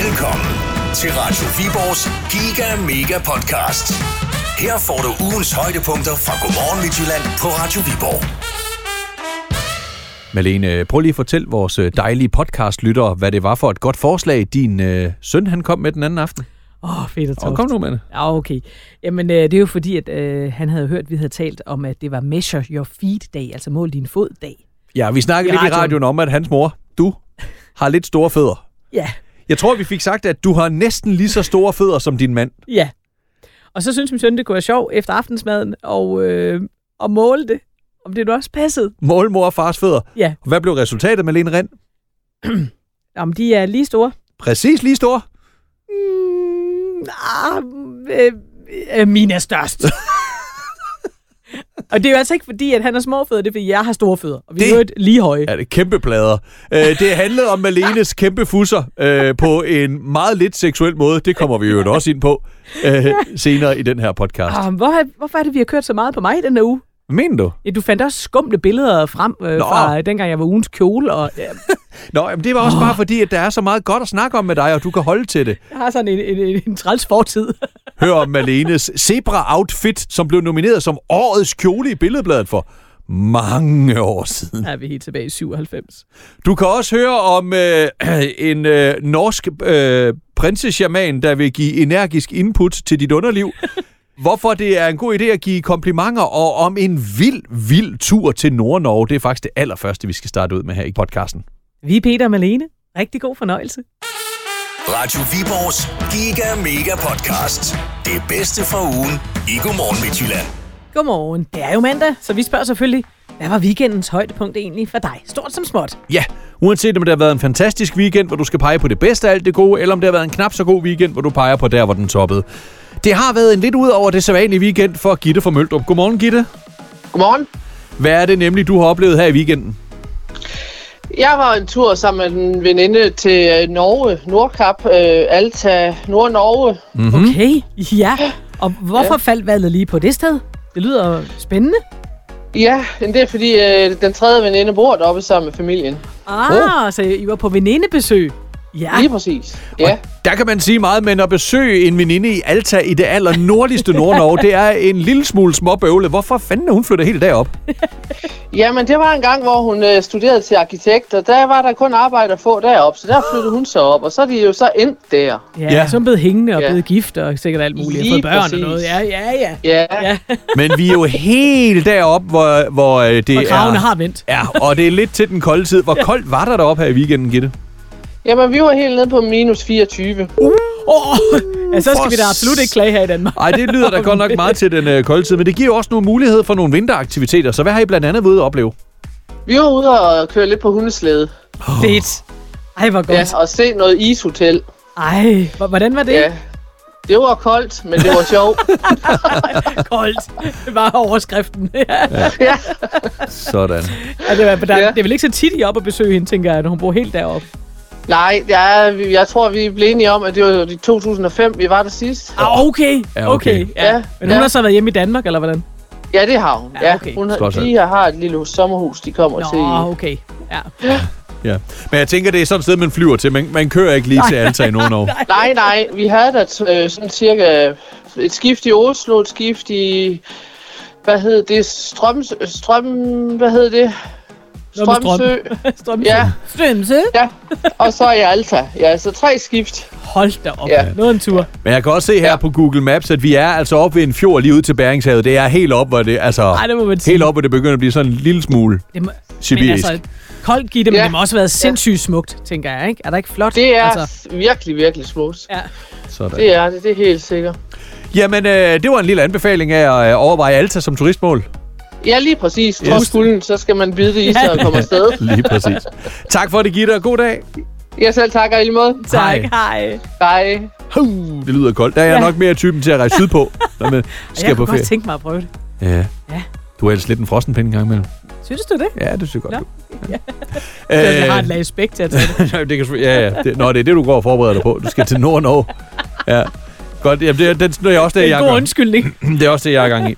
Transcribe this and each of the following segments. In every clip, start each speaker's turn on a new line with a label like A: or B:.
A: Velkommen til Radio Viborgs Giga Mega Podcast. Her får du ugens højdepunkter fra Godmorgen Midtjylland på Radio Viborg.
B: Malene, prøv lige at fortælle vores øh, dejlige podcastlyttere, hvad det var for et godt forslag, din øh, søn han kom med den anden aften.
C: Åh, oh, fedt og
B: Og
C: toft.
B: kom nu med det.
C: Ja, okay. Jamen, øh, det er jo fordi, at øh, han havde hørt, at vi havde talt om, at det var Measure Your Feet-dag, altså mål din fod-dag.
B: Ja, vi snakkede
C: I
B: lidt i
C: radioen.
B: radioen om, at hans mor, du, har lidt store fødder.
C: Ja,
B: Jeg tror, vi fik sagt, at du har næsten lige så store fødder som din mand.
C: ja. Og så synes min søn, det kunne være sjov efter aftensmaden og, øh, og måle det, om det nu også passede.
B: Mål, mor og fars fødder.
C: Ja,
B: Hvad blev resultatet, Malene Rind?
C: om de er lige store.
B: Præcis lige store.
C: Mm, ah, øh, øh, mine er størst. og det er jo altså ikke fordi, at han har små fødder, det er fordi, jeg har store fødder, og vi
B: Det-
C: er jo et lige høje.
B: Ja, det er kæmpe plader. Øh, det handlede om Malenes kæmpe fusser øh, på en meget lidt seksuel måde. Det kommer vi jo også ind på øh, senere i den her podcast.
C: Ah, hvor, hvorfor er det, vi har kørt så meget på mig i den her uge?
B: Mener du?
C: Ja, du fandt også skumle billeder frem øh, fra øh, dengang jeg var ugens kjole, og ja,
B: Nå, jamen det var også oh. bare fordi, at der er så meget godt at snakke om med dig, og du kan holde til det.
C: jeg har sådan en, en, en, en træls fortid.
B: Hør om Malenes zebra-outfit, som blev nomineret som årets kjole i Billedbladet for mange år siden.
C: Der er vi helt tilbage i 97.
B: Du kan også høre om øh, en øh, norsk øh, prinseshaman, der vil give energisk input til dit underliv. Hvorfor det er en god idé at give komplimenter, og om en vild, vild tur til Nord-Norge. Det er faktisk det allerførste, vi skal starte ud med her i podcasten.
C: Vi er Peter og Malene. Rigtig god fornøjelse.
A: Radio Viborgs Giga Mega Podcast. Det bedste fra ugen i Godmorgen Midtjylland.
C: Godmorgen. Det er jo mandag, så vi spørger selvfølgelig, hvad var weekendens højdepunkt egentlig for dig? Stort som småt.
B: Ja, uanset om det har været en fantastisk weekend, hvor du skal pege på det bedste af alt det gode, eller om det har været en knap så god weekend, hvor du peger på der, hvor den toppede. Det har været en lidt ud over det sædvanlige weekend for Gitte fra Møldrup. Godmorgen, Gitte.
D: Godmorgen.
B: Hvad er det nemlig, du har oplevet her i weekenden?
D: Jeg var en tur sammen med en veninde til øh, Norge, Nordkap, øh, Alta, Nord-Norge.
C: Okay, ja. Og hvorfor faldt valget lige på det sted? Det lyder spændende.
D: Ja, men det er fordi øh, den tredje veninde bor deroppe sammen med familien.
C: Ah, oh. så I var på venindebesøg. Ja,
D: Lige præcis. Ja,
B: Der kan man sige meget, men at besøge en veninde i Alta i det aller nordligste Nordnorge, det er en lille smule småbøvle. Hvorfor fanden er hun flyttet helt derop?
D: Jamen, det var en gang, hvor hun øh, studerede til arkitekt, og der var der kun arbejde at få deroppe, så der flyttede hun så op, og så er de jo så endt der.
C: ja,
B: Ja.
C: ja. så er hun blevet hængende og
D: Ja.
C: blevet gift og sikkert alt muligt.
D: Lige
C: Lige børn præcis. og
D: præcis.
C: noget. Ja, ja, ja.
D: Ja,
C: Ja.
B: Men vi er jo helt derop, hvor, hvor øh, det
C: Og kravene
B: er...
C: har vendt.
B: Ja, og det er lidt til den kolde tid. Hvor koldt var der deroppe her i weekenden, Gitte?
D: jamen vi var helt nede på minus 24.
C: Åh, oh, ja, så
B: for
C: skal vi da absolut ikke klage her i Danmark.
B: Ej, det lyder da godt nok meget til den øh, kolde tid, men det giver jo også nogle muligheder for nogle vinteraktiviteter. Så hvad har I blandt andet været ude at opleve?
D: Vi var ude og køre lidt på hundeslæde,
C: Fedt. Ej, hvor
D: ja,
C: godt.
D: og se noget ishotel.
C: Ej, hvor- hvordan var det?
D: Ja. Det var koldt, men det var sjovt.
C: Koldt. Det var overskriften. ja.
B: Sådan.
C: Og det, var, der,
D: Ja.
C: det er vel ikke så tit, I er oppe og besøge hende, tænker jeg, når hun bor helt deroppe.
D: Nej, ja, jeg tror, vi blev enige om, at det var i 2005, vi var der sidst.
C: Ah, okay.
B: Ja, okay.
C: okay.
D: Ja,
C: Ja. Men hun
D: ja.
C: har så været hjemme i Danmark, eller hvordan?
D: Ja, det har hun.
C: Ja,
D: Ja,
C: okay.
D: hun har,
B: Skål,
D: de her har et lille sommerhus, de kommer til.
C: Nå, okay. Ja.
B: Ja. Men jeg tænker, det er sådan et sted, man flyver til. Man, man kører ikke lige til Alta i Nordnorge.
D: Nej, nej, vi havde da t- øh, sådan cirka et skift i Oslo, et skift i, hvad hed det, Strøm, Strøm, hvad hed det?
C: Noget med strøm.
D: Strømsø,
C: Strømse.
D: Ja.
C: Strømse.
D: ja. Og så i Alta. Ja, så tre skift.
C: Hold da op.
D: Ja.
C: Noget en tur.
B: Men jeg kan også se her
D: Ja.
B: på Google Maps, at vi er altså oppe ved en fjord lige ud til Bæringshavet. Det er helt op, hvor det, altså,
C: Ej, det må man sige.
B: helt op, hvor det begynder at blive sådan en lille smule.
C: Det må, men
B: Sibirisk.
C: altså, koldt giv det, men
D: Ja.
C: det må også have været sindssygt smukt, tænker jeg, ikke? Er der ikke flot?
D: Det er
C: Altså,
D: altså. virkelig, virkelig smukt.
C: ja.
B: Sådan.
D: Det er det, det er helt sikkert.
B: Jamen, øh, det var en lille anbefaling af at øh, overveje Alta som turistmål.
D: Ja, lige præcis.
B: Yes.
D: Trods skulden, så skal man bide det i, så man kommer afsted.
B: Lige præcis. tak for det, Gitte, og god dag.
D: Jeg selv takker i lige måde.
C: Tak,
B: Hej.
C: hej.
D: Hej.
B: Huh, Uh, det lyder koldt. Der er jeg
C: Ja.
B: nok mere typen til at rejse sydpå, når man
C: Skal
B: skal
C: jeg
B: på
C: kunne
B: ferie.
C: godt tænke mig at prøve det.
B: Ja.
C: Ja.
B: Du er ellers lidt en frossenpind en gang imellem.
C: Synes du det?
B: Ja, det synes jeg godt.
C: Nå.
B: du.
C: Øh.
B: Ja.
C: Det har et lag spæk til at tage det.
B: det kan, selvfølgelig- ja, ja. Det, nå, det er det, du går og forbereder dig på. Du skal til Nord-Norge. Ja. Godt, jamen, det, er, den, det er også det,
C: En
B: jeg
C: Øh, god
B: gør.
C: undskyldning.
B: Det er også det, jeg er i gang i.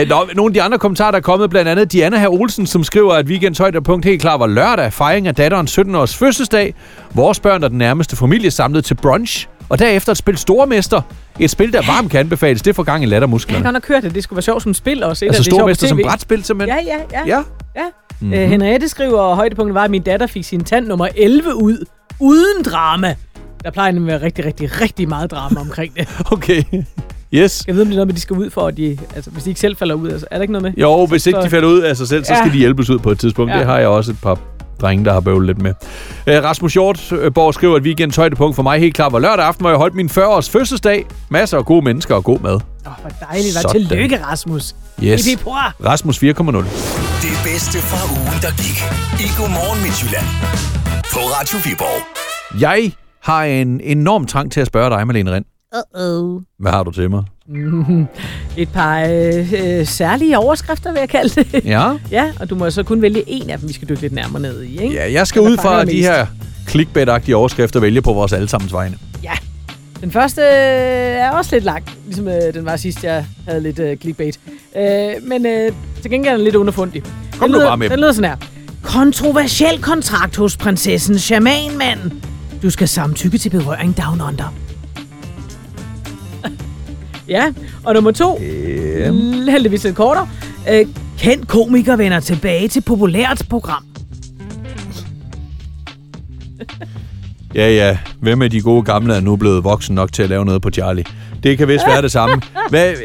B: Øh, nå, nogle af de andre kommentarer, der er kommet, blandt andet Diana her Olsen, som skriver, at weekendens højdepunkt helt klar var lørdag, fejring af datterens 17-års fødselsdag, vores børn og den nærmeste familie samlet til brunch, og derefter et spil Stormester. Et spil, der varmt kan anbefales. Det får gang i
C: Jeg
B: lattermusklerne.
C: har godt nok hørt, at det skulle være sjovt som spil også. et,
B: Altså
C: at det er sjovt på
B: Stormester som
C: TV.
B: brætspil, simpelthen.
C: Ja, ja, ja.
B: ja. Mhm.
C: ja. Mm-hmm. Øh, Henriette skriver, at højdepunktet var, at min datter fik sin tand nummer 11 ud, uden drama. Der plejer nemlig at være rigtig, rigtig, rigtig meget drama omkring det.
B: Okay. Yes.
C: Jeg ved, om det er noget med, de skal ud for, at de, altså, hvis de ikke selv falder ud. Altså, er der ikke noget med?
B: Jo, hvis ikke de
C: så-
B: falder ud af sig selv, så skal
C: Ja.
B: de hjælpes ud på et tidspunkt.
C: Ja.
B: Det har jeg også et par drenge, der har bøvlet lidt med. Øh, Rasmus Hjortborg skriver, at weekendens højdepunkt for mig helt klart var lørdag aften, hvor jeg holdt min 40-års fødselsdag. Masser af gode mennesker og god mad.
C: Åh, oh, hvor dejligt. Hvad
B: Sådan.
C: tillykke, Rasmus.
B: Yes.
C: Hippie hurra.
B: Rasmus 4,0.
A: Det bedste fra ugen, der gik. I Godmorgen Midtjylland. På Radio Viborg.
B: Jeg har en enorm trang til at spørge dig, Malene Rind.
C: Uh-oh.
B: Hvad har du til mig?
C: Et par øh, øh, særlige overskrifter, vil jeg kalde det.
B: Ja?
C: ja, og du må så kun vælge en af dem, vi skal dykke lidt nærmere ned i, ikke?
B: Ja, jeg skal
C: Den,
B: ud
C: der
B: fra
C: fanger
B: de
C: mest.
B: her clickbait-agtige overskrifter vælge på vores allesammens vegne.
C: Ja. Den første øh, er også lidt lang, ligesom øh, den var sidst, jeg havde lidt øh, clickbait. Øh, men øh, til gengæld er den lidt underfundig.
B: Kom
C: den
B: nu
C: lyder,
B: bare med
C: Den
B: dem.
C: lyder sådan her. Kontroversiel kontrakt hos prinsessen Shamanmand. Du skal samtykke til berøring down under. ja, og nummer to. Yeah. Heldigvis lidt kortere. Øh, kendt komiker vender tilbage til populært program.
B: Ja, ja. Hvem af de gode gamle er nu blevet voksen nok til at lave noget på Charlie? Det kan vist være det samme. Hvad, øh,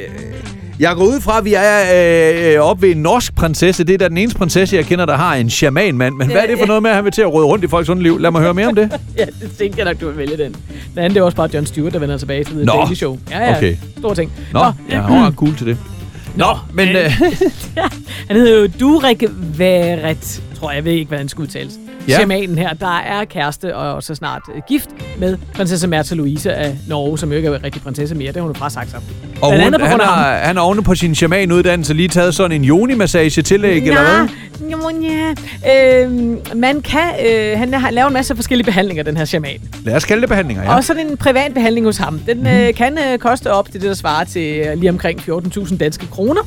B: jeg går ud fra, at vi er øh, oppe ved en norsk prinsesse. Det er da den eneste prinsesse, jeg kender, der har en shamanmand. Men hvad er det for noget med, at han vil til at rode rundt i folks underliv? Lad mig høre mere om det.
C: Ja, det tænkte jeg nok, du ville vælge den. Den anden, det er også bare John Stewart, der vender tilbage til The
B: Nå,
C: Daily Show. Ja, ja,
B: okay.
C: stor ting.
B: Nå, jeg har cool til det. Nå, men... Øh,
C: Han hedder jo Durek Veret, tror jeg. Jeg ved ikke, hvordan han skulle udtales.
B: Ja.
C: Ja. Shamanen her, der er kæreste og så snart øh, gift med prinsesse Märtha Louise af Norge, som jo ikke er rigtig prinsesse mere. Det har hun jo frasagt sig.
B: og hun,
C: Blandt andet på
B: han,
C: grund af ham.
B: har, han har oven på sin shamanuddannelse lige taget sådan en yoni-massage tillæg, eller hvad?
C: Jamen, ja. Øhm, man kan, øh, han har- laver en masse forskellige behandlinger, den her shaman.
B: Lad os kalde det behandlinger,
C: Ja.
B: ja. Mhm.
C: Og sådan en privat behandling hos ham. Den øh, kan øh, koste op til det, der svarer til øh, lige omkring 14.000 danske kroner.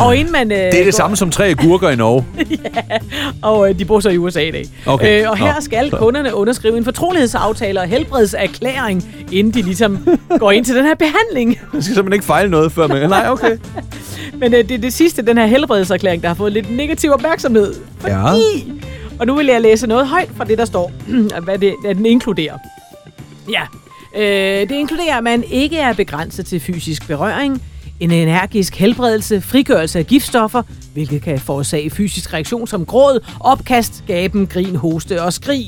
C: og inden man... Øh,
B: Det er det samme som tre agurker i Norge.
C: Og øh, de bor så i USA i dag.
B: Okay,
C: Øh, og her
B: nå,
C: skal
B: så.
C: kunderne underskrive en fortrolighedsaftale og helbredserklæring, inden de ligesom går ind til den her behandling.
B: Man skal simpelthen ikke fejle noget før, men nej, okay.
C: Men øh, det er det sidste, den her helbredserklæring, der har fået lidt negativ opmærksomhed. Fordi...
B: Ja.
C: Og nu vil jeg læse noget højt fra det, der står, og hvad, det, hvad den inkluderer. Ja, øh, det inkluderer, at man ikke er begrænset til fysisk berøring, en energisk helbredelse, frigørelse af giftstoffer, hvilket kan forårsage fysisk reaktion som gråd, opkast, gaben, grin, hoste og skrig.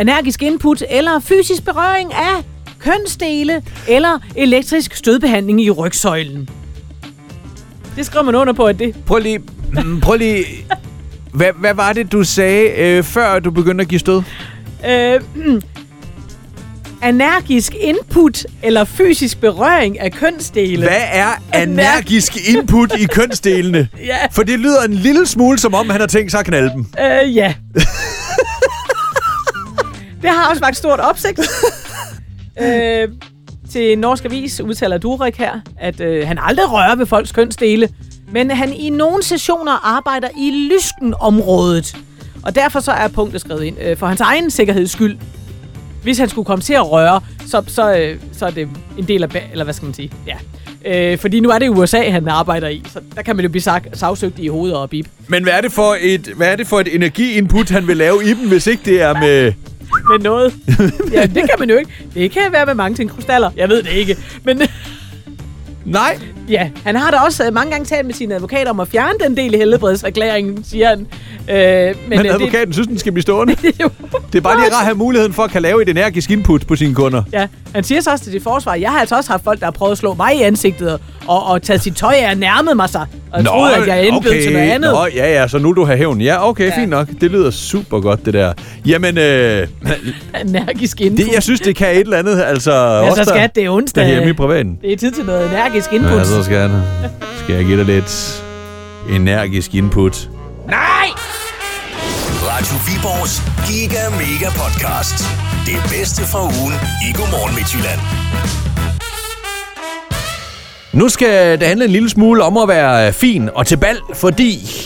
C: Energisk input eller fysisk berøring af kønsdele eller elektrisk stødbehandling i rygsøjlen. Det skriver man under på, at det...
B: Prøv lige... mm, Prøv lige... Hvad, hvad var det, du sagde, øh, før du begyndte at give stød?
C: Øh, energisk input eller fysisk berøring af kønsdele.
B: Hvad er energisk input i kønsdelene?
C: Ja.
B: For det lyder en lille smule, som om han har tænkt sig at knalde dem.
C: Øh, ja. det har også vagt stort opsigt. øh, til Norsk Avis udtaler Durek her, at øh, han aldrig rører ved folks kønsdele, men han i nogle sessioner arbejder i lyskenområdet. Og derfor så er punktet skrevet ind øh, for hans egen sikkerheds skyld. Hvis han skulle komme til at røre, så, så, øh, så er det en del af... ba- Eller hvad skal man sige? Ja. Øh, fordi nu er det USA, han arbejder i, så der kan man jo blive sag- sagsøgt i hovedet og bip.
B: Men hvad er det for et, hvad er det for et energiinput, han vil lave i dem, hvis ikke det er med...
C: med noget. ja, det kan man jo ikke. Det kan være med mange ting. Krystaller, jeg ved det ikke. Men
B: Nej,
C: ja, han har da også øh, mange gange talt med sin advokat om at fjerne den del i helbredserklæringen, siger han. Øh, men,
B: men
C: øh,
B: advokaten synes, den skal blive stående.
C: Det, jo,
B: Det er bare lige rart at have muligheden for at kan lave et energisk input på sine kunder.
C: ja, han siger så også til dit forsvar, jeg har altså også haft folk, der har prøvet at slå mig i ansigtet og, og taget sit tøj af og nærmet mig sig. Og Nå, troede, at jeg indbød okay. til noget andet.
B: Nå, ja, ja, så nu er du har hævn. Ja, okay, ja.
C: Ja.
B: fint nok. Det lyder super godt, det der. Jamen, øh,
C: Energisk input.
B: det, jeg synes, det kan et eller andet. Altså,
C: ja,
B: os,
C: så
B: der-
C: skat, det er
B: Der
C: onsdag.
B: er hjemme i privaten.
C: Det er tid til noget energisk input.
B: Ja, så skal jeg, skal jeg give dig lidt energisk input.
A: Radio Viborgs Giga Mega Podcast. Det bedste fra ugen i Godmorgen Midtjylland.
B: Nu skal det handle en lille smule om at være fin og til bal, fordi...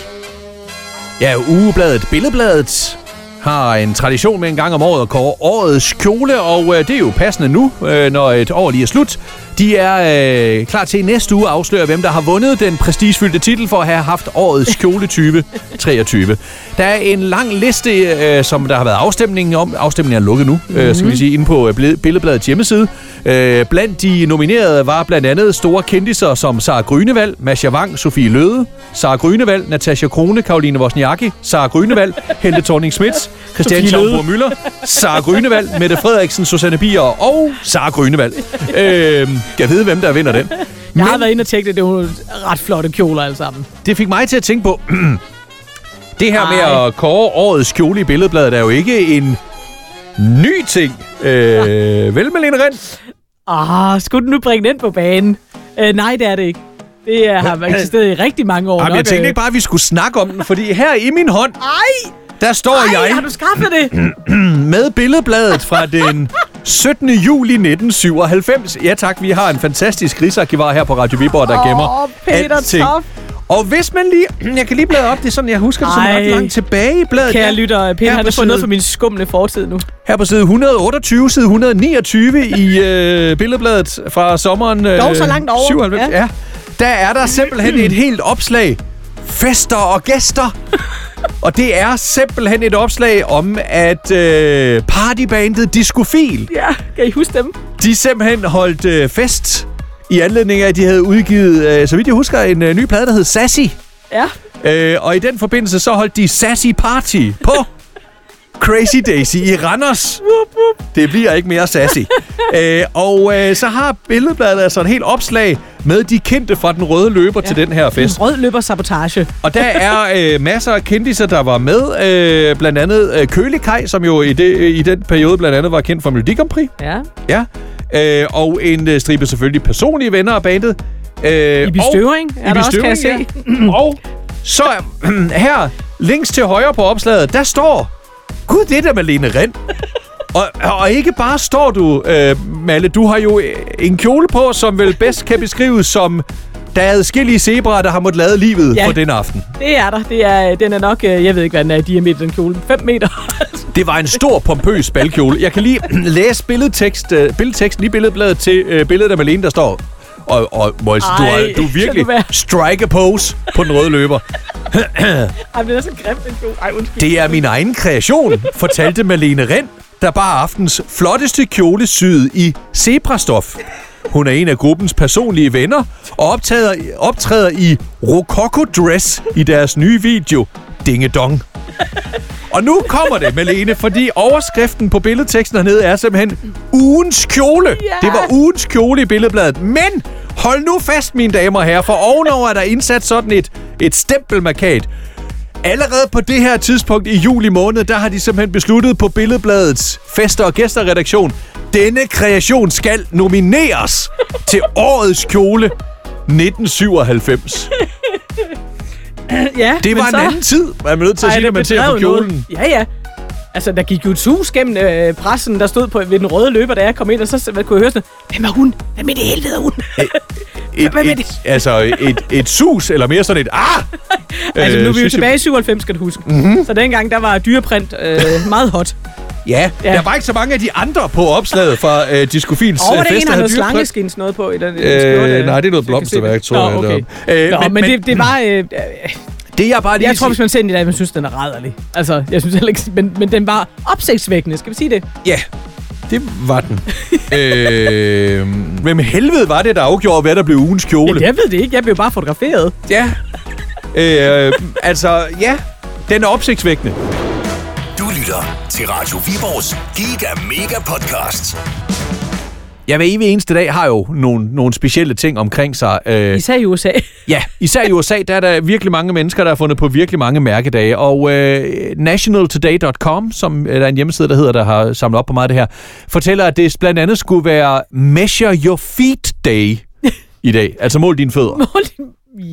B: Ja, ugebladet Billedbladet har en tradition med en gang om året at kåre årets kjole, og øh, det er jo passende nu, øh, når et år lige er slut. De er øh, klar til i næste uge at afsløre, hvem der har vundet den prestigefyldte titel for at have haft årets kjoletype 23. Der er en lang liste, øh, som der har været afstemning om. Afstemningen er lukket nu, mm-hmm. øh, skal vi sige, inde på øh, Billed- Billedbladets hjemmeside. Øh, blandt de nominerede var blandt andet store kendiser som Sara Grynevald, Masha Wang, Sofie Løde, Sara Grynevald, Natasha Krone, Karoline Wozniacki, Sara Grynevald, Helle thorning Schmidt, Christian
C: Sofie Løhde.
B: Schaumburg Møller, Sara Grynevald, Mette Frederiksen, Susanne Bier og Sara Grynevald. Øh, jeg ved, hvem der vinder den.
C: Jeg har været inde og tjekke det, det er jo ret flotte kjoler alle sammen.
B: Det fik mig til at tænke på, det her med
C: Ej.
B: at kåre årets kjole i billedbladet er jo ikke en ny ting. Øh, vel, Malene Rind?
C: Ah, skulle den nu bringe den på banen? Øh, nej, det er det ikke. Det er, har eksisteret i rigtig mange år.
B: Jamen, jeg
C: nok,
B: tænkte
C: øh.
B: ikke bare, at vi skulle snakke om den, fordi her i min hånd,
C: Ej,
B: der står
C: ej,
B: jeg Mm,
C: har du skaffet det?
B: med billedbladet fra den 17. juli 1997. Ja tak, vi har en fantastisk rigsarkivar her på Radio Viborg, der gemmer
C: Åh, Peter
B: alting.
C: Toft.
B: Og hvis man lige... Jeg kan lige bladre op, det er sådan, jeg husker det som
C: Ej.
B: ret langt tilbage i bladet.
C: Kære
B: Ja.
C: lytter, Peter,
B: Her
C: han
B: på
C: har fået noget
B: side-
C: fra min skumle fortid nu.
B: Her på side 128, side 129 i øh, billedbladet fra sommeren øh,
C: Dog så langt over.
B: 97. Ja.
C: Ja.
B: ja. Der er der simpelthen et helt opslag. Fester og gæster. og det er simpelthen et opslag om, at øh, partybandet Discofil,
C: Ja, kan I huske dem?
B: de simpelthen holdt øh, fest i anledning af, at de havde udgivet, øh, så vidt jeg husker, en øh, ny plade, der hed Sassy.
C: Ja.
B: Øh, og i den forbindelse, så holdt de Sassy Party på Crazy Daisy i Randers. Det bliver ikke mere sassy. øh, og øh, så har Billedbladet altså et helt opslag med de kendte fra den røde løber ja. til den her fest.
C: Rød løber sabotage.
B: Og der er øh, masser af kendiser, der var med. Øh, blandt andet øh, Kølekaj, som jo i, det, i den periode blandt andet var kendt for Melodi Grand Prix.
C: Ja.
B: Ja. Øh, og en øh, stribe selvfølgelig personlige venner af bandet. Øh,
C: Ibi
B: og-
C: Støvring er
B: Ibi
C: der også, kan jeg
B: Støvring,
C: se.
B: ja. og så øh, her, længst til højre på opslaget, der står... Gud, det er da Malene Rind. Og, og ikke bare står du, øh, Malle, du har jo øh, en kjole på, som vel bedst kan beskrives som... Der er adskillige zebraer, der har måttet lade livet ja.
C: Ja.
B: for den aften.
C: Det er der. Det er, den er nok, øh, jeg ved ikke, hvad den er i diameter, den kjole. 5 meter.
B: Det var en stor, pompøs balkjole. Jeg kan lige læse billedtekst, øh, billedteksten i billedbladet til øh, billedet af Malene, der står... Og, og Mols, du,
C: Ej,
B: har, du er
C: kan
B: virkelig
C: du være-
B: strike a pose på den røde løber.
C: Ej, men den er så grim, den kjole. Ej, undskyld.
B: Det er min egen kreation, fortalte Malene Rind, der bar aftens flotteste kjole syet i zebrastof. Hun er en af gruppens personlige venner og optræder, optræder i Rococo Dress i deres nye video, Dinge Dong. Og nu kommer det, Malene, fordi overskriften på billedteksten hernede er simpelthen ugens kjole. Yeah. Det var ugens kjole i billedbladet. Men hold nu fast, mine damer og herrer, for ovenover er der indsat sådan et, et stempelmarkat. Allerede på det her tidspunkt i juli måned, der har de simpelthen besluttet på Billedbladets fester- og gæsterredaktion, denne kreation skal nomineres til årets kjole 1997.
C: Ja,
B: Det var
C: men
B: en
C: så...
B: anden tid, man er nødt til at
C: Ej,
B: sige, når
C: den
B: man ser på
C: bedrev noget.
B: kjolen.
C: Ja, ja. Altså, der gik jo et sus gennem øh, pressen, der stod på ved den røde løber, da jeg kom ind, og så hvad, kunne jeg høre sådan, hvem er hun? Hvem i det helvede er hun?
B: Øh, Et,
C: Hvad med
B: et,
C: det?
B: altså et, et sus, eller mere sådan et ah!
C: altså, nu er vi jo
B: synes jeg- Mhm.
C: tilbage i 97, skal du huske. Mm-hmm. Så dengang, der var dyreprint øh, meget hot.
B: Ja,
C: Ja.
B: der var ikke så mange af de andre på opslaget fra øh, Discofils
C: Og
B: øh,
C: var der
B: fest,
C: en, der
B: havde
C: havde
B: dyreprøm.
C: slangeskins noget på? Eller,
B: Øh, nej, det er noget blomsterværk, tror jeg.
C: Nå, okay.
B: det var.
C: Nå, men, men det, det var... Øh,
B: Det jeg bare lige
C: jeg tror,
B: vil
C: hvis
B: sige-
C: man ser den i dag, man synes, den er rædderlig. Altså, jeg synes heller ikke... Men, men den var opsigtsvækkende, skal vi sige det?
B: Ja, det var den. øh, hvem helvede var det, der afgjorde, hvad der blev ugens kjole?
C: Jamen, jeg ved det ikke. Jeg blev bare fotograferet.
B: Ja. øh, altså, ja. Den er opsigtsvækkende.
A: Du lytter til Radio Viborgs Giga Mega Podcast.
B: Jeg hver evig eneste dag har jo nogle, nogle specielle ting omkring sig. Øh,
C: Især i USA.
B: Ja, især i USA, der er der virkelig mange mennesker, der har fundet på virkelig mange mærkedage. Og øh, nationaltoday.com, som øh, der er en hjemmeside, der hedder, der har samlet op på meget af det her, fortæller, at det blandt andet skulle være Measure Your Feet Day i dag. Altså mål dine fødder.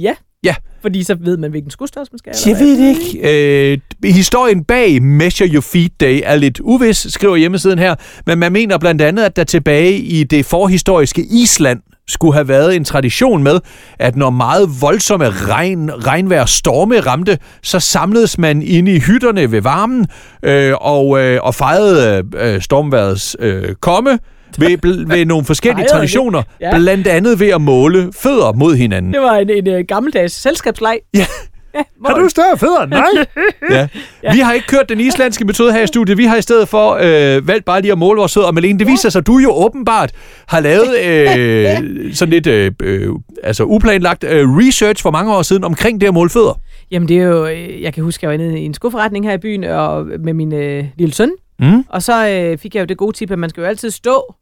C: ja,
B: Ja.
C: fordi så ved man, hvilken skudstørrelse man skal have.
B: Jeg ved det ikke. Øh, historien bag Measure Your Feet Day er lidt uvis, skriver hjemmesiden her. Men man mener blandt andet, at der tilbage i det forhistoriske Island skulle have været en tradition med, at når meget voldsomme regn, regnvejr og storme ramte, så samledes man inde i hytterne ved varmen øh, og, øh, og fejrede øh, stormvejrets øh, komme ved, bl- ved nogle forskellige
C: Fejrede det?
B: traditioner,
C: Ja.
B: ja. blandt andet ved at måle fødder mod hinanden.
C: Det var en, en øh, gammeldags selskabsleg.
B: Ja.
C: Har du
B: større fødder? Nej. ja. Vi har ikke kørt den islandske metode her i studiet. Vi har i stedet for øh, valgt bare lige at måle vores fødder. Malene, det viser sig, at du jo åbenbart har lavet øh, sådan lidt øh, øh, altså uplanlagt øh, research for mange år siden omkring det at måle fødder.
C: Jamen det er jo, øh, jeg kan huske, jeg var inde i en skoforretning her i byen og med min øh, lille søn.
B: Mm.
C: Og så øh, fik jeg jo det gode tip, at man skal jo altid stå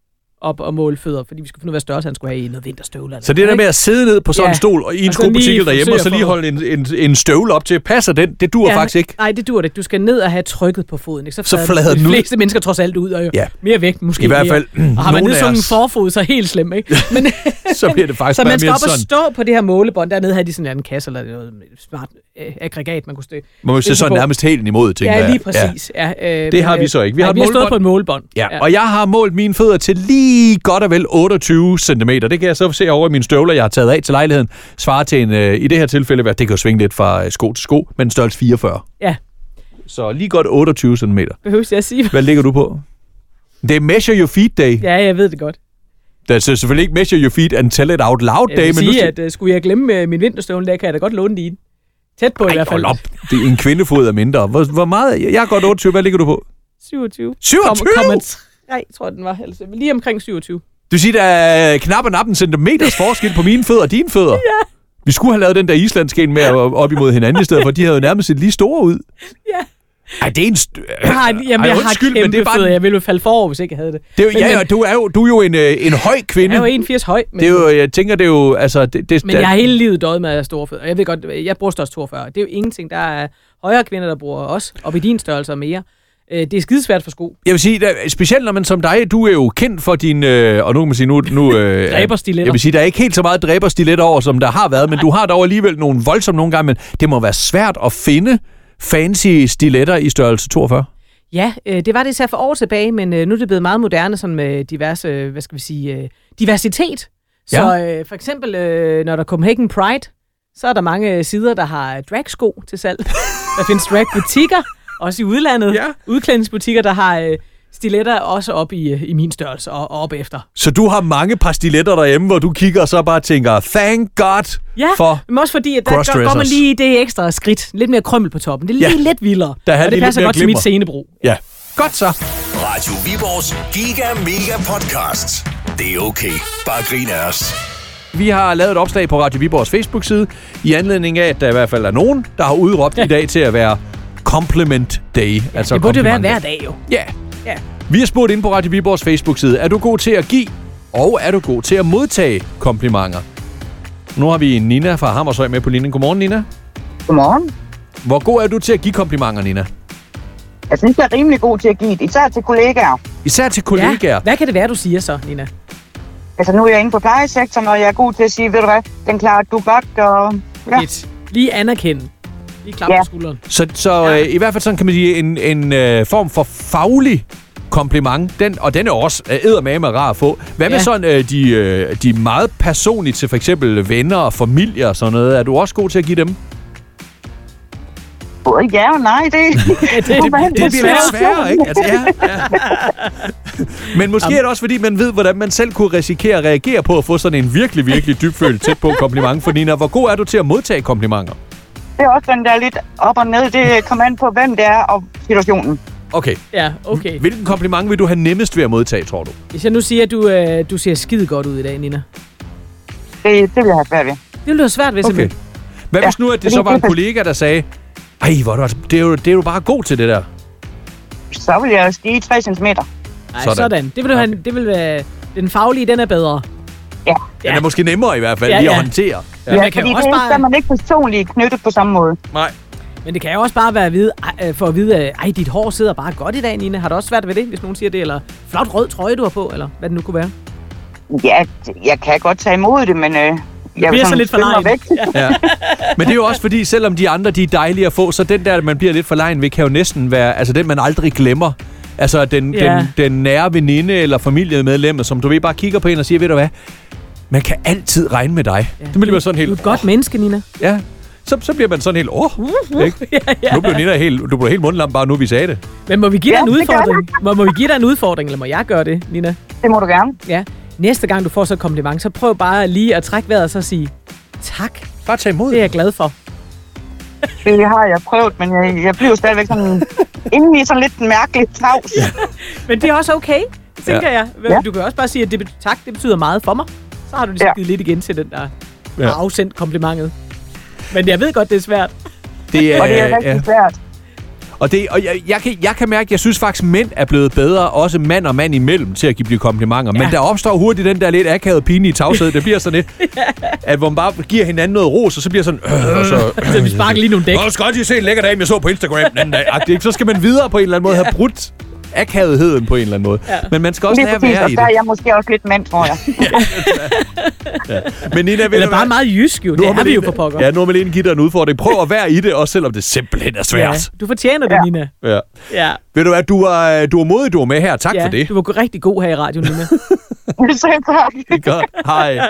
C: op og måle fødder, fordi vi skulle finde ud af, hvad størrelse han skulle have i noget vinterstøvler.
B: Så det der med at sidde ned på sådan en
C: Ja.
B: stol og i en
C: Og så lige
B: skobutik derhjemme, og så
C: forsøge
B: lige
C: at få-
B: holde en, en, en støvle op til, passer den? Det dur ja. faktisk ikke.
C: Nej, det dur det ikke. Du skal ned og have trykket på foden. Ikke? Så,
B: Så
C: flader
B: flader
C: de
B: den ud.
C: fleste mennesker trods alt ud, og jo ja.
B: Ja.
C: mere vægt måske.
B: I hvert
C: mere.
B: fald, mm,
C: Og har man
B: nogle af
C: nedsunget
B: os.
C: forfod, så er helt slemt, ikke? Men,
B: Så bliver det faktisk
C: så
B: bare
C: Altså, man skal
B: mere
C: op og
B: sådan.
C: stå på det her målebånd. Dernede havde de sådan en anden kasse eller noget smart øh, aggregat, man kunne stå.
B: Man må se sådan nærmest helt imod, tænker
C: Ja,
B: jeg.
C: lige præcis. Ja. Ja, øh,
B: Det
C: men,
B: har vi
C: øh,
B: så ikke. Vi
C: nej,
B: har et
C: vi har stået
B: målebånd.
C: på et målebånd.
B: Ja, ja, og jeg har målt mine fødder til lige godt og vel 28 cm. Det kan jeg så se over i mine støvler, jeg har taget af til lejligheden. Svarer til en, øh, i det her tilfælde, hvad- det kan jo svinge lidt fra øh, sko til sko, men størrelse 44.
C: ja.
B: Så lige godt 28 cm.
C: Behøves jeg at sige?
B: Hvad ligger du på? Det er Measure Your Feet Day. Ja.
C: Ja, jeg ved det godt.
B: Det er så selvfølgelig ikke Measure Your Feet and Tell It Out Loud
C: Jeg
B: Day,
C: vil
B: men nu
C: sige, at uh, skulle jeg glemme uh, min vinterstøvle, der kan jeg da godt låne din. Tæt på Ej, i
B: Ej,
C: hvert fald.
B: hold op. Det er en kvindefod er mindre. Hvor, hvor meget? Jeg er godt 28. Hvad ligger du på?
C: 27.
B: 27?
C: Kom, kom Nej, tror jeg, den var. Altså, lige omkring 27.
B: Du siger, der er knap og nap en centimeters forskel på mine fødder og dine fødder. Ja. Vi skulle have lavet den der islandske en med at- op imod hinanden i stedet for. De havde jo nærmest set lige store ud.
C: Ja.
B: Ej, det er en... St-
C: Jeg har, jamen, jeg
B: undskyld, men
C: har
B: det er
C: kæmpe
B: bare...
C: fødder. Jeg ville jo falde forover, hvis ikke jeg havde det.
B: Det er jo,
C: Men-
B: ja, ja,
C: men-
B: du er jo, du er jo en, øh, en høj kvinde.
C: Jeg er jo 81 høj, men,
B: det er jo, jeg tænker, det er jo... Altså, det, det,
C: men jeg har hele livet døjet med at have store fødder. Jeg ved godt, jeg bruger størst 42. Det er jo ingenting. Der er højere kvinder, der bruger os, op i din størrelse og mere. Øh, Det er skidesvært for sko.
B: Jeg vil sige, der, specielt når man som dig, du er jo kendt for din, øh, og nu kan man sige, nu... nu øh,
C: Dræberstiletter.
B: Jeg vil sige, der er ikke helt så meget dræberstilet over, som der har været, men du har dog alligevel nogle voldsomme nogle gange, men det må være svært at finde fancy stiletter i størrelse 42.
C: Ja, øh, det var det især for år tilbage, men øh, nu er det blevet meget moderne sådan med diverse, øh, hvad skal vi sige, øh, diversitet. Så ja. øh, for eksempel, øh, når der er Copenhagen Pride, så er der mange øh, sider, der har øh, dragsko til salg. der findes dragbutikker, også i udlandet.
B: Ja.
C: Udklædningsbutikker, der har øh, stiletter også op i, øh, i min størrelse og, og op efter.
B: Så du har mange par stiletter derhjemme, hvor du kigger og så bare tænker, thank God
C: Ja,
B: for...
C: men også fordi, at der går, går man
B: crossdressers.
C: lige det ekstra skridt. Lidt mere krømmel på toppen. Det er
B: Ja.
C: lige lidt vildere.
B: Der er
C: og
B: lige
C: det
B: lidt
C: passer
B: mere
C: godt til mit
B: glimmer.
C: scenebrug.
B: Ja. Godt så.
A: Radio Viborgs Giga Mega Podcast. Det er okay. Bare grin af os.
B: Vi har lavet et opslag på Radio Viborgs Facebook-side, i anledning af, at der i hvert fald er nogen, der har udråbt i dag til at være Compliment Day. altså
C: Det burde jo være
B: komplimenter.
C: hver dag jo.
B: Ja.
C: Ja.
B: Vi har spurgt ind på Radio Viborgs Facebook-side, er du god til at give, og er du god til at modtage komplimenter? Nu har vi Nina fra Hammershøj med på linjen. Godmorgen, Nina.
E: Godmorgen.
B: Hvor god er du til at give komplimenter, Nina?
E: Jeg synes, jeg er rimelig god til at give det, især til kollegaer.
B: Især til kollegaer.
C: Ja. Hvad kan det være, du siger så, Nina?
E: Altså, nu er jeg inde på plejesektoren, og jeg er god til at sige, ved du hvad, den klarer du godt, og... Ja,
C: Lidt. Lige anerkende. Lige klap ja.
E: Ja.
C: på skulderen.
B: Så, så
C: Ja.
B: ja. øh, i hvert fald sådan kan man sige, en, en øh, form for faglig kompliment, den, og den er også øh, med rar at få. Hvad med
C: Ja.
B: sådan øh, de, øh, de meget personlige til for eksempel venner og familie og sådan noget? Er du også god til at give dem?
E: både ja og nej, det...
C: Ja, det, det,
E: det-
B: Det bliver lidt sværere, ikke? Altså, ja, ja. Men måske er det også, fordi man ved, hvordan man selv kunne risikere at reagere på at få sådan en virkelig, virkelig dybfølt tæt på kompliment for Nina. Hvor god er du til at modtage komplimenter?
E: det er også den der lidt op og ned. Det kommer an på, hvem det er og situationen.
B: Okay,
C: Ja, okay.
B: hvilken kompliment vil du have nemmest ved at modtage, tror du?
C: Hvis jeg nu siger, at du, øh, du ser skide godt ud i dag, Nina.
E: Det, det vil jeg have svært ved.
C: Det ville være svært, hvis
B: Okay.
C: okay.
B: Hvad
E: Ja,
B: hvis nu, at det
E: fordi
B: så var en
E: det er-
B: kollega, der sagde, ej, hvor er du, altså- det er, jo, det er jo bare god til det der.
E: Så vil jeg stige 3 cm.
C: Nej, sådan.
B: Sådan.
C: sådan. Det ville, okay. det ville være... Den faglige, den er bedre.
E: Ja.
B: Den
C: Ja.
B: er måske nemmere i hvert fald
C: Ja,
B: ja, lige
C: ja.
B: at håndtere.
C: Ja.
B: Ja.
C: man kan
E: fordi
C: jo også
E: det
C: bare-
E: er man ikke personligt knyttet på samme måde.
B: Nej.
C: Men det kan jo også bare være at vide, ej, øh, for at vide, øh, ej, dit hår sidder bare godt i dag, Nina. Har du også svært ved det, hvis nogen siger det? Eller flot rød trøje, du har på, eller hvad det nu kunne være.
E: Ja, jeg kan godt tage imod det, men... Øh, jeg
C: bliver
E: vil
C: så
E: sådan
C: lidt for
E: skynde mig
C: legen.
E: væk.
B: Ja. Men det er jo også fordi, selvom de andre de er dejlige at få, så den der, man bliver lidt for lejen ved, kan jo næsten være altså den, man aldrig glemmer. Altså den,
C: Ja.
B: ja. den, den nære veninde eller familiemedlem, som du ved bare kigger på en og siger, ved du hvad, Man kan altid regne med dig. Ja. Det bliver man sådan
C: Du er
B: helt...
C: et godt menneske, Nina.
B: Ja. Så, så bliver man sådan helt... Åh, oh, ikke?
C: ja, ja.
B: Nu blev Nina helt, du blev helt mundlam, bare nu vi sagde det.
C: Men må vi give dig
E: Ja,
C: en
E: det gør
C: udfordring? Må, må vi give dig en udfordring, eller må jeg gøre det, Nina?
E: Det må du gerne.
C: Ja. Næste gang, du får så et kompliment, så prøv bare lige at trække vejret og så sige, tak,
B: Bare tag imod.
C: det er jeg glad for.
E: Det har jeg prøvet, men jeg, jeg bliver stadigvæk sådan indeni sådan lidt mærkeligt tavs. Ja.
C: Men det er også okay, tænker ja. jeg.
E: Ja.
C: Du kan også bare sige, at det, bet- tak, det betyder meget for mig. Så har du ligesom
E: Ja.
C: ja. givet lidt igen til den, der
B: Ja.
C: ja. har afsendt komplimentet. Men jeg ved godt, det er svært.
B: Det er,
E: Og det er rigtig
B: Øh, ja.
E: svært.
B: Og, det, og jeg, jeg, kan, jeg kan mærke, at jeg synes faktisk, at mænd er blevet bedre, også mand og mand imellem, til at give blive komplimenter. Ja. Men der opstår hurtigt den der lidt akavede pine i tavshed. Det bliver sådan lidt, at hvor man bare giver hinanden noget ros, og så bliver sådan... Øh, og så,
C: Så vi sparker lige nogle dæk.
B: Nå, du skal godt lige se en lækker dame, jeg så på Instagram den anden dag. Agtigt, ikke? Så skal man videre på en eller anden måde have brudt akavetheden på en eller anden måde. Ja. Men man skal også
E: Lige
B: lære at
E: præcis,
B: være
E: og
B: i
E: der er jeg måske også lidt mand, tror jeg.
B: det. Men Nina, ved
C: Eller
B: du hvad?
C: bare meget jysk jo.
B: Nu
C: Det
B: har
C: er vi jo
B: Malene-
C: for pokker.
B: Ja, nu har Malene givet dig en udfordring. Prøv at være i det, også selvom det simpelthen er altså- svært.
C: Du fortjener det, Nina.
B: Ja. ja.
C: Ja.
B: Ved du hvad, du er, du er modig, du er med her. Tak
C: ja.
B: for det.
C: Du var rigtig god her i radioen, Nina.
E: Så tak.
B: Godt. Hej.
C: Ej.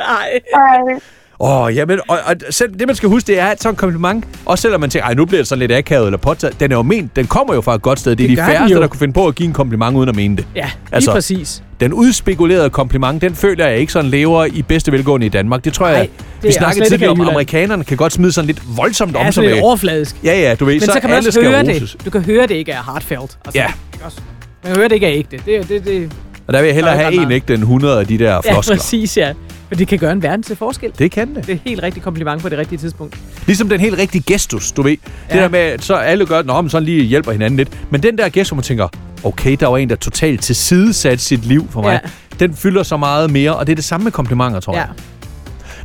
E: Hej.
B: Åh, oh, jamen, og, og selv, det man skal huske, det er, at sådan en kompliment, også selvom man tænker, ej, nu bliver det sådan lidt akavet eller påtaget, den er jo ment, den kommer jo fra et godt sted. Det er det
C: Det
B: de
C: gør den
B: færreste,
C: jo.
B: der kunne finde på at give en kompliment uden at mene det.
C: Ja, lige
B: Altså,
C: altså, præcis.
B: Den udspekulerede kompliment, den føler jeg ikke sådan lever i bedste velgående i Danmark. Det tror jeg,
C: Nej, det
B: vi
C: er
B: snakkede
C: slet ikke
B: tidligere om,
C: i Jylland.
B: amerikanerne kan godt smide sådan lidt voldsomt om
C: Ja, så
B: sig
C: det
B: med.
C: er overfladisk.
B: Ja, ja, du ved,
C: Men så, så kan man
B: alle
C: også
B: skal
C: høre
B: roses.
C: det. Du kan høre, det ikke er heartfelt. Altså,
B: Ja.
C: Ikke også? Man kan høre, det ikke er ægte. Det, det, det.
B: Og der vil jeg hellere
C: Der er
B: have
C: ikke ret
B: en
C: meget.
B: ægte end 100 af de der
C: Ja,
B: floskler.
C: præcis, ja. Men det kan gøre en verden til forskel.
B: det kan det.
C: Det er helt rigtig kompliment på det rigtige tidspunkt.
B: Ligesom den helt rigtige gestus, du ved. Det
C: Ja.
B: der med, at så alle gør, nå, men sådan lige hjælper hinanden lidt. Men den der gestus, hvor man tænker, okay, der var en, der totalt tilsidesat sit liv for mig. Den fylder så meget mere, og det er det samme med komplimenter, tror
C: Ja.
B: jeg.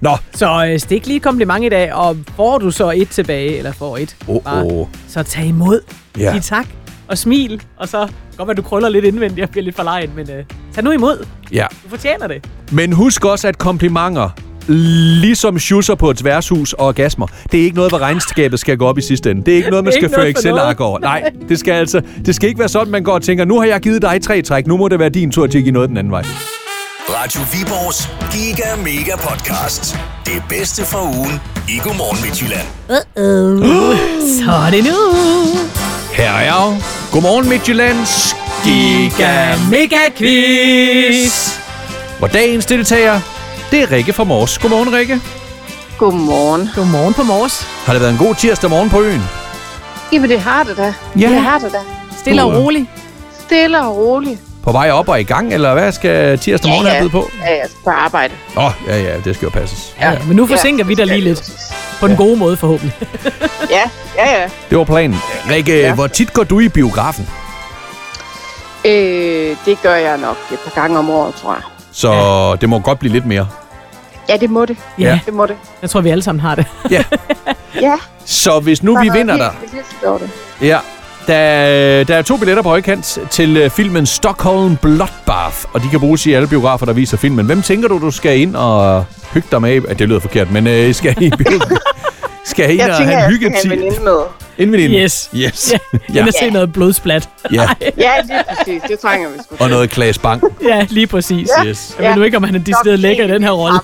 B: Nå,
C: Så øh, stik lige et kompliment i dag, og får du så et tilbage, eller får et,
B: Åh,
C: bare,
B: åh.
C: så tag imod.
B: Ja.
C: Sig tak og smil, og så det kan godt være, du krøller lidt indvendigt og bliver lidt for lejen, men øh, tag nu imod.
B: ja.
C: Du fortjener det.
B: Men husk også, at komplimenter, ligesom schusser på et værtshus og orgasmer, det er ikke noget, hvor regnskabet skal gå op i sidste ende. Det er ikke noget, man
C: Det er
B: skal
C: ikke
B: føre
C: noget for
B: Excel-ark over. Nej, det skal altså, det skal ikke være sådan, man går og tænker, nu har jeg givet dig tre træk, nu må det være din tur til at give noget den anden vej.
A: Radio Viborgs Giga Mega Podcast. Det bedste fra ugen i Godmorgen Midtjylland.
C: Så er det nu.
B: Her er jeg. Godmorgen Midtjyllands Giga
C: mega quiz.
B: Hvor dagens deltager, det er Rikke fra Mors. Godmorgen Rikke.
F: Godmorgen.
C: Godmorgen på morges.
B: Har det været en god tirsdag morgen på øen?
F: Jamen, det har det da.
B: Ja.
F: Det har det da.
C: Stille og
B: Godmorgen.
C: roligt.
F: Stille og roligt.
B: På vej op og i gang, eller hvad skal tirsdag morgen have blevet på?
F: Ja, ja, på arbejde.
B: Åh, oh, ja, ja, det skal jo passes.
C: Ja, men nu forsinker vi dig lige lidt. På den gode måde forhåbentlig.
E: Ja, ja, ja.
B: Det var planen. Rikke, ja. hvor tit går du i biografen?
F: Øh, det gør jeg nok et par gange om året, tror jeg.
B: Så ja. det må godt blive lidt mere.
F: Ja, det må det.
C: Ja.
F: Det må det.
C: Jeg tror, vi alle sammen har det.
F: Ja.
B: Så hvis nu vi vinder dig...
F: dig.
B: Ja. Der, der er to billetter på højkant til øh, filmen Stockholm Bloodbath, og de kan bruges i alle biografer, der viser filmen. Hvem tænker du, du skal ind og hygge dig med? i- Ah, Det lyder forkert, men øh, skal I skal I ind
E: Jeg
B: og
E: tænker,
B: have en
E: jeg
B: hygge
E: skal have en veninde med.
B: Inden veninde?
C: Yes.
B: Yes.
C: Ja.
B: Ja.
C: End at se noget blodsplat.
B: ja.
E: Ja,
F: Lige præcis. Det trænger vi sgu.
B: Og noget Klaas Bang.
C: Ja, lige præcis.
B: Yes.
C: Jeg ved nu ikke, om han er decideret
E: Nok
C: lækker i den her rolle.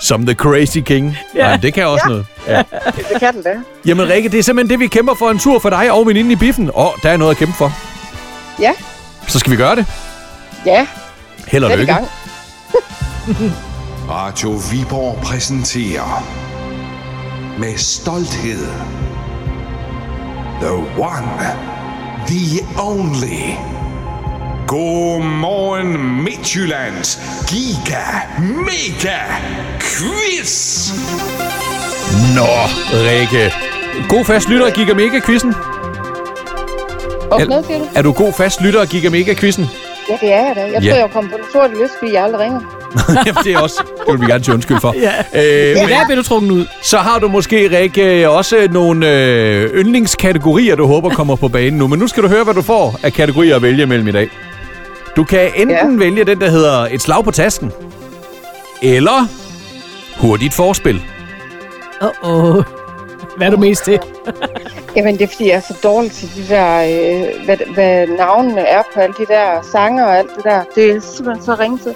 B: Som The Crazy King. Ja. Nej, det kan også ja. noget. Ja.
F: Det kan den da.
B: Jamen Rikke, det er simpelthen det, vi kæmper for en tur for dig og veninden i biffen. Og der er noget at kæmpe for.
F: Ja.
B: Så skal vi gøre det.
F: Ja,
B: Held og
F: det er i
B: lykke.
F: gang.
G: Radio Viborg præsenterer med stolthed The One, The Only. Godmorgen Midtjyllands Giga Mega Quiz.
B: Nå, Rikke. God fast lytter og gik mega quizzen.
F: Og
B: Er-
F: hvad siger du?
B: Er du god fast lytter og gik mega quizzen?
F: Ja, det er jeg da. Jeg
B: Ja.
F: tror, jeg kom på den sorte liste, fordi jeg aldrig ringer.
B: Jamen, det er også. Det vil vi gerne til undskyld for.
C: Ja.
B: Øh,
C: Men
B: men
C: der bliver du trukket ud.
B: så har du måske, Rikke, også nogle øh, yndlingskategorier, du håber kommer på banen nu. Men nu skal du høre, hvad du får af kategorier at vælge mellem i dag. Du kan enten ja. vælge den, der hedder et slag på tasken. Eller hurtigt forspil.
C: Åh, oh, oh. Hvad er du mest til?
F: Jamen, det er fordi, jeg er så dårlig til de der, øh, hvad, hvad navnene er på alle de der sanger og alt det der. Det er simpelthen så ringe til.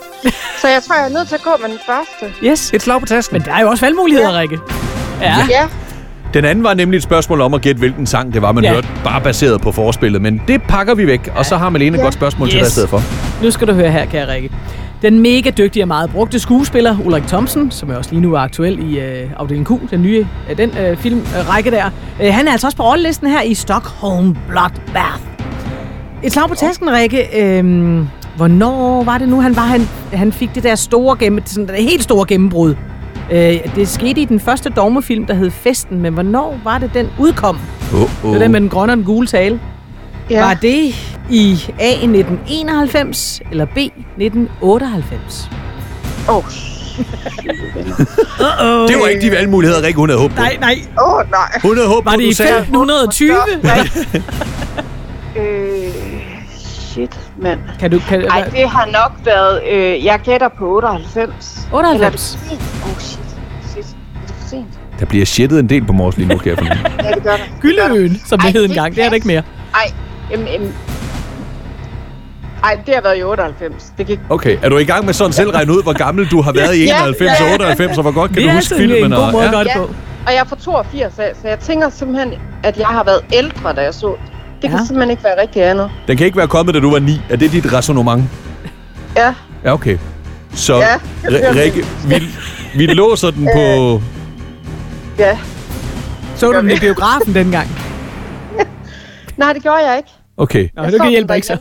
F: Så jeg tror, jeg er nødt til at gå med den første.
C: Yes.
B: Et slag på tasken.
C: Men der er jo også valgmuligheder, Rikke. Ja.
F: Ja,
B: Den anden var nemlig et spørgsmål om at gætte, hvilken sang det var, man
C: Ja.
B: ja. hørte, bare baseret på forspillet. Men det pakker vi væk, og så har Malene et godt spørgsmål yes. til dig i
C: Yes.
B: stedet for.
C: Nu skal du høre her, kære Rikke. Den mega dygtige og meget brugte skuespiller Ulrik Thomsen, som er også lige nu er aktuel i øh, afdeling Q, den nye øh, den øh, filmrække der, øh, han er altså også på rollelisten her i Stockholm Bloodbath. Et slag på tasken, Rikke. Øh, hvornår var det nu, han var? Han, han fik det der store gennem, sådan, det helt store gennembrud. Øh, det skete i den første dogmefilm, der hed Festen, men hvornår var det, den udkom?
B: Oh,
C: Det der med den grønne og den gule tale.
F: ja.
C: Var det i A 1991 eller B 1998?
F: Oh.
B: Det var ikke de valgmuligheder, Rikke, hun havde håbet på.
C: Nej, nej.
E: Åh, oh, nej.
B: Hun havde håbet
C: Var
B: på,
C: det
B: du
C: i
B: sagde...
C: 1520?
E: Øh, shit, mand.
C: Kan du... Kan,
E: Ej, det har nok været... Øh, jeg gætter på 98.
C: 98.
E: Eller er det sent? Åh, oh, shit. Shit. Er det for sent?
B: Der bliver shittet en del på mors lige nu, kan jeg fornemme.
E: Ja, det gør det.
C: Gyldeøen, som det
E: Ej,
C: hed
E: det
C: engang. Det er det ikke mere.
E: Ej, jamen, jamen. Ej, det har været i 98. Det gik...
B: Okay, er du i gang med sådan selv regne ud, hvor gammel du har været i 91 og 98, og hvor godt kan
C: Det
B: du
C: er
B: huske
C: altså en, en
B: filmen?
C: god
B: og-
C: måde at gøre det
E: Ja.
C: på.
E: Og jeg er fra 82 af, så jeg tænker simpelthen, at jeg har været ældre, da jeg så det. Det kan
C: Ja.
E: simpelthen ikke være rigtigt andet.
B: Den kan ikke være kommet, da du var 9. Er det dit resonemang?
E: Ja.
B: Ja, okay. Så,
E: Ja,
B: ja,
E: det bliver
B: Rikke, vi, vi låser den på...
E: Ja.
C: Så du den i biografen dengang?
E: Nej, det gjorde jeg ikke.
B: Okay,
C: Nå, du
E: Jeg så
C: kan
E: den
C: hjælpe ikke så.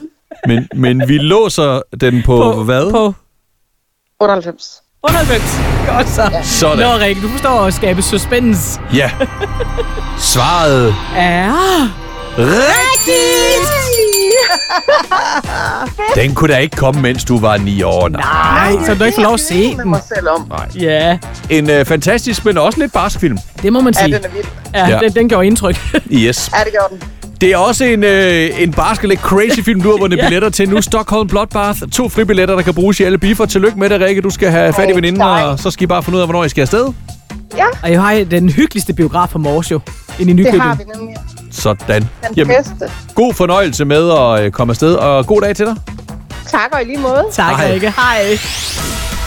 E: derhjemme.
B: men, men vi låser den på, på hvad?
C: På
E: 98.
C: 98. Godt så.
B: Sådan.
C: Nå, Rikke, du forstår at skabe suspense.
B: Ja. Svaret
C: Ja.
B: rigtigt! Den kunne da ikke komme, mens du var 9 år. Nej.
C: Nej, så du ikke får lov at se
E: med
C: den.
E: mig selv om.
C: Ja,
B: En øh, fantastisk, men også lidt barsk film.
C: det må man
E: Ja,
C: sige.
E: den er vild.
C: Ja,
B: Ja.
C: den, den gjorde indtryk.
B: Yes.
E: Ja, det gjorde den.
B: Det er også en, øh, en barsk og lidt crazy film, du har vundet billetter til nu. Stockholm Bloodbath. To fribilletter, der kan bruges i alle biffer. Tillykke med det, Rikke. Du skal have fat i veninden, og så skal I bare finde ud af, hvornår I skal afsted.
C: Og jeg har den hyggeligste biograf for Mors jo, ind i
E: Det
C: Nykøbing.
E: har vi nemlig.
B: Sådan.
E: Den
B: Jamen,
E: bedste.
B: god fornøjelse med at øh, komme afsted, og god dag til dig.
E: Tak og i lige måde.
C: Tak,
B: Hej.
C: Rikke. Hej.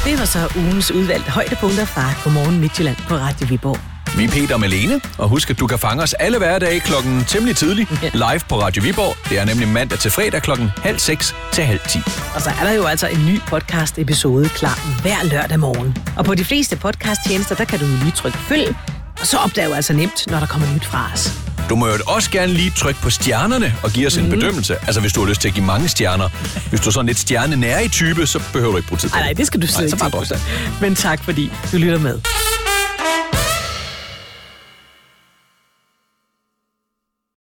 H: Det var så ugens udvalgte højdepunkter fra Godmorgen Midtjylland på Radio Viborg.
B: Vi er Peter og Malene, og husk, at du kan fange os alle hverdage klokken temmelig tidlig live på Radio Viborg. Det er nemlig mandag til fredag klokken halv seks til halv ti.
H: Og så er der jo altså en ny podcast-episode klar hver lørdag morgen. Og på de fleste podcast-tjenester, der kan du jo lige trykke følg, og så opdager du altså nemt, når der kommer nyt fra os.
B: Du må jo også gerne lige trykke på stjernerne og give os
H: Mhm.
B: en bedømmelse. Altså hvis du har lyst til at give mange stjerner. Hvis du er sådan lidt stjernenær i type, så behøver du ikke bruge tid på
H: Ej, nej, det skal du slet
B: Nej,
H: ikke
B: så bare
H: tænke på.
B: drop
H: Men tak, fordi du lytter med.